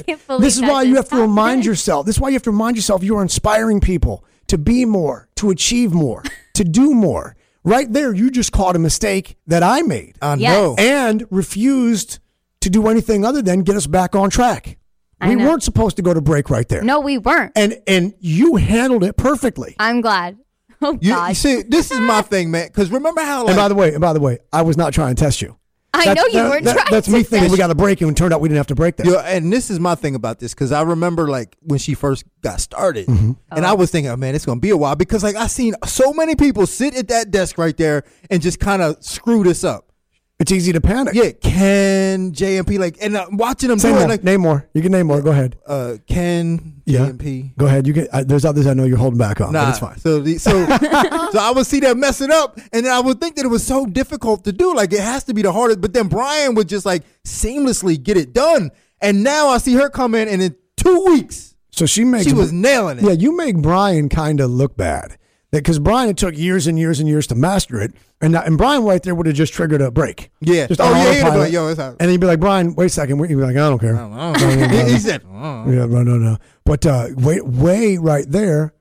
I can't believe This is that why you just have to remind happened. yourself. This is why you have to remind yourself you are inspiring people to be more, to achieve more, to do more. Right there, you just caught a mistake that I made. I Yes. know. and refused to do anything other than get us back on track. I we know. weren't supposed to go to break right there. no, we weren't. And and you handled it perfectly. I'm glad. Oh You, you God, see, this is my thing, man. Because remember how like and by the way, and by the way, I was not trying to test you. I That- know you that- weren't that- trying. That's to me thinking test we got to break you, and turned out we didn't have to break that. Yo, and this is my thing about this because I remember like when she first got started, Mm-hmm. and I was thinking, oh man, it's gonna be a while because like I seen so many people sit at that desk right there and just kind of screw this up. It's easy to panic. Yeah, Ken, JMP, like, and I'm watching them Say do more. it, like, name more. You can name more. Go ahead. uh, Ken, Yeah. JMP. Go ahead. You can. I, there's others I know you're holding back on. but it's fine. So, the, so, so I would see them messing up, and then I would think that it was so difficult to do. Like it has to be the hardest. But then Brian would just like seamlessly get it done, and now I see her come in, and in two weeks So she makes. she was nailing it. Yeah, you make Brian kind of look bad. Because Brian, it took years and years and years to master it. And, and Brian right there would have just triggered a break. Yeah. Just Oh, on yeah, he'd have been autopilot. like, "Yo, it's out." And he'd be like, Brian, wait a second. He'd be like, I don't care. he, he said, "Oh." Yeah, no, no, no. But uh, wait, way right there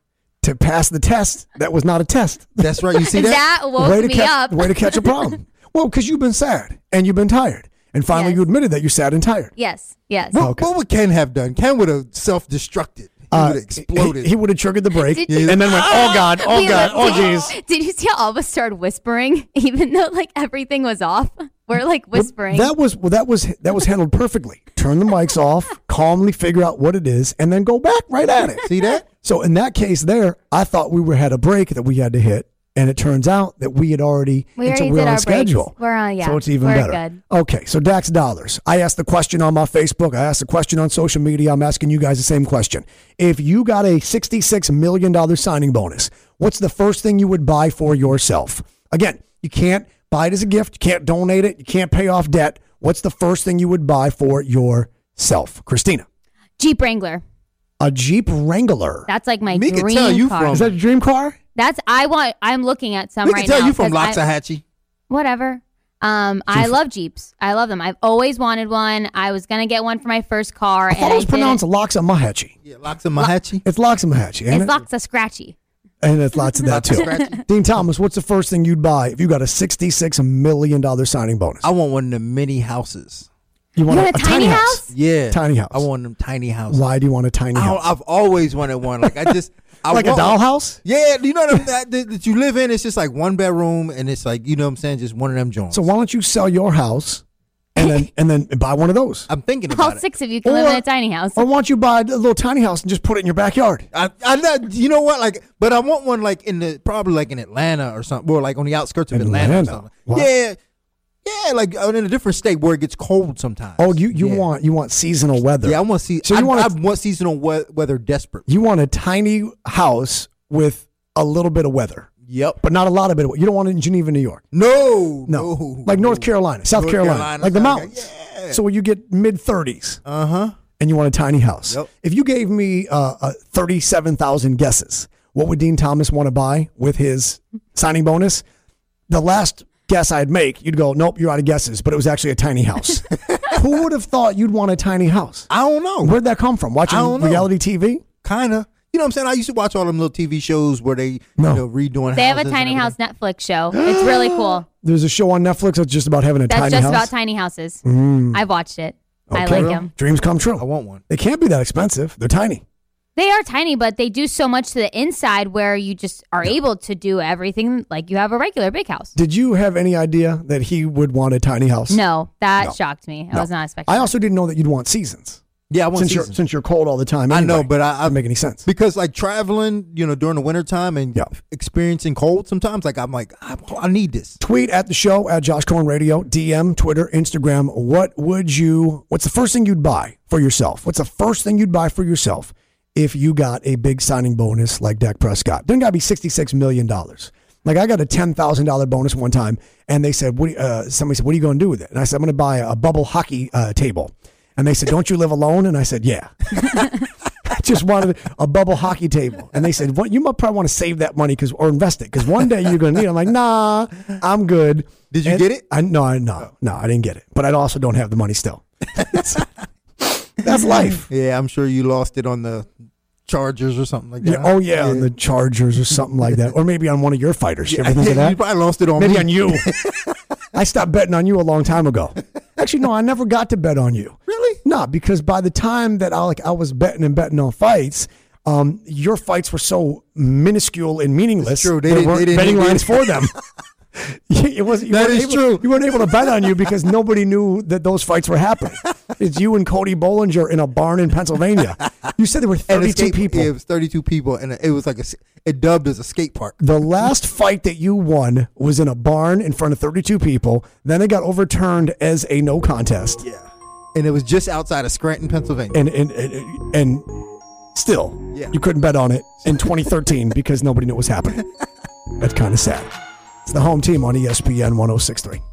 to pass the test. That was not a test. "That's right." You see that, that? woke way to me catch, up. Way to catch a problem. well, because you've been sad and you've been tired. And finally Yes. you admitted that you're sad and tired. yes, yes. What, Okay. what would Ken have done? Ken would have self-destructed. He would have exploded. Uh, He, he would have triggered the break Did- and then went, oh, God, oh, We God, oh, looked- did- jeez. Did you see how all of us started whispering, even though like everything was off? We're like whispering. That was well, that was that was handled perfectly. Turn the mics off, calmly figure out what it is, and then go back right at it. see that? So in that case, there, I thought we were had a break that we had to hit, and it turns out that we had already We and so already we're did on our schedule. breaks. We're on- yeah, So it's even we're better. good. Okay, so Dax Dollars. I asked the question on my Facebook. I asked the question on social media. I'm asking you guys the same question. If you got a $66 million signing bonus, what's the first thing you would buy for yourself? Again, you can't buy it as a gift, you can't donate it, you can't pay off debt. What's the first thing you would buy for yourself? Christina, Jeep Wrangler. a Jeep Wrangler. That's like my Me could dream tell you car. from- Is that a dream car? That's I want. I'm looking at some We right can tell now you from 'cause I- Loxahatchee. Whatever. Um, I love Jeeps. I love them. I've always wanted one. I was gonna get one for my first car. I thought and it was I didn't. pronounced Loxamahatchee. Yeah, Loxamahatchee. It's Loxamahatchee, ain't It's it? lots of scratchy. and it's lots of that too. Loxahatchee. Dean Thomas, what's the first thing you'd buy if you got a $66 million signing bonus? I want one of the mini houses. You You want a tiny house? Yeah, Tiny house. I want them tiny houses. Why do you want a tiny I don't- house? I've always wanted one. Like I just I like a want- dollhouse? Yeah, you know what I'm, that, that that you live in. It's just like one bedroom, and it's like you know what I'm saying, just one of them joints. So why don't you sell your house and then and then buy one of those? I'm thinking All about it. six of you can live in a tiny house. Or why don't you buy a little tiny house and just put it in your backyard? I, I know, you know what? Like, but I want one like in the probably like in Atlanta or something, or like on the outskirts of Atlanta. Atlanta? or something. Wow. Yeah, yeah, like out in a different state where it gets cold sometimes. Oh, you, you Yeah. want you want seasonal weather. Yeah, I want to see. So you I, want I a- want seasonal we- weather desperate. you want a tiny house with a little bit of weather, Yep. but not a lot of it. You don't want it in Geneva, New York. No, No. Like North Carolina, South North Carolina, Carolina, like the South mountains. So when you get mid 30s Uh huh. and you want a tiny house. Yep. If you gave me uh, uh, 37,000 guesses, what would Dean Thomas want to buy with his signing bonus? The last guess I'd make, you'd go, nope, you're out of guesses, but it was actually a tiny house. Who would have thought you'd want a tiny house? I don't know. Where'd that come from? Watching I don't know. reality TV? kind of. You know what I'm saying? I used to watch all them little TV shows where they No. you know, redoing. They have a houses and tiny house everything. Netflix show. It's really cool. There's a show on Netflix that's just about having a That's tiny just house. Mm. about tiny houses. I've watched it. I like him. Dreams come true. I want one. They can't be that expensive. They're tiny. They are tiny, but they do so much to the inside where you just are able to do everything like you have a regular big house. Did you have any idea that he would want a tiny house? No, that No. shocked me. I was not expecting. I also didn't know that you'd want seasons. Yeah, I want since you're seasons. since you're cold all the time. I know, anyway. but I- I- doesn't make any sense. because like traveling, you know, during the wintertime and Yeah. experiencing cold sometimes, like I'm like, I, I need this. Tweet at the show at Josh Cohen Radio, DM, Twitter, Instagram. What would you? What's the first thing you'd buy for yourself? What's the first thing you'd buy for yourself if you got a big signing bonus like Dak Prescott? Doesn't got to be sixty six million dollars. Like I got a ten thousand dollar bonus one time, and they said, "What?" do you- Uh, somebody said, "What are you going to do with it?" And I said, "I'm going to buy a bubble hockey uh, table." And they said, "Don't you live alone?" And I said, "Yeah." I just wanted a bubble hockey table. And they said, well, you might probably want to save that money cause, or invest it because one day you're going to need it. I'm like, nah, I'm good. Did you And get it? I, no, I, no, no, I didn't get it. But I also don't have the money still. That's life. Yeah, I'm sure you lost it on the Chargers or something like that. Yeah, oh, yeah, on the Chargers or something like that. Or maybe on one of your fighters. You ever think of Yeah, you that? probably lost it on Maybe me. on you. I stopped betting on you a long time ago. Actually, no, I never got to bet on you. Really? No, because by the time that I like I was betting and betting on fights, um, your fights were so minuscule and meaningless. true. They there didn't- weren't they didn't betting need- lines for them. it was you That weren't is able, true. You weren't able to bet on you because nobody knew that those fights were happening. it's you and Cody Bollinger in a barn in Pennsylvania. You said there were And thirty-two escape- people. It was 32 people, and it was like a, s- it dubbed as a skate park. The last fight that you won was in a barn in front of 32 people. Then it got overturned as a no contest. Yeah, and it was just outside of Scranton, Pennsylvania. And and and, and still, Yeah. you couldn't bet on it in 2013 E because nobody knew what was happening. That's kind of sad. It's the home team on ESPN 1063.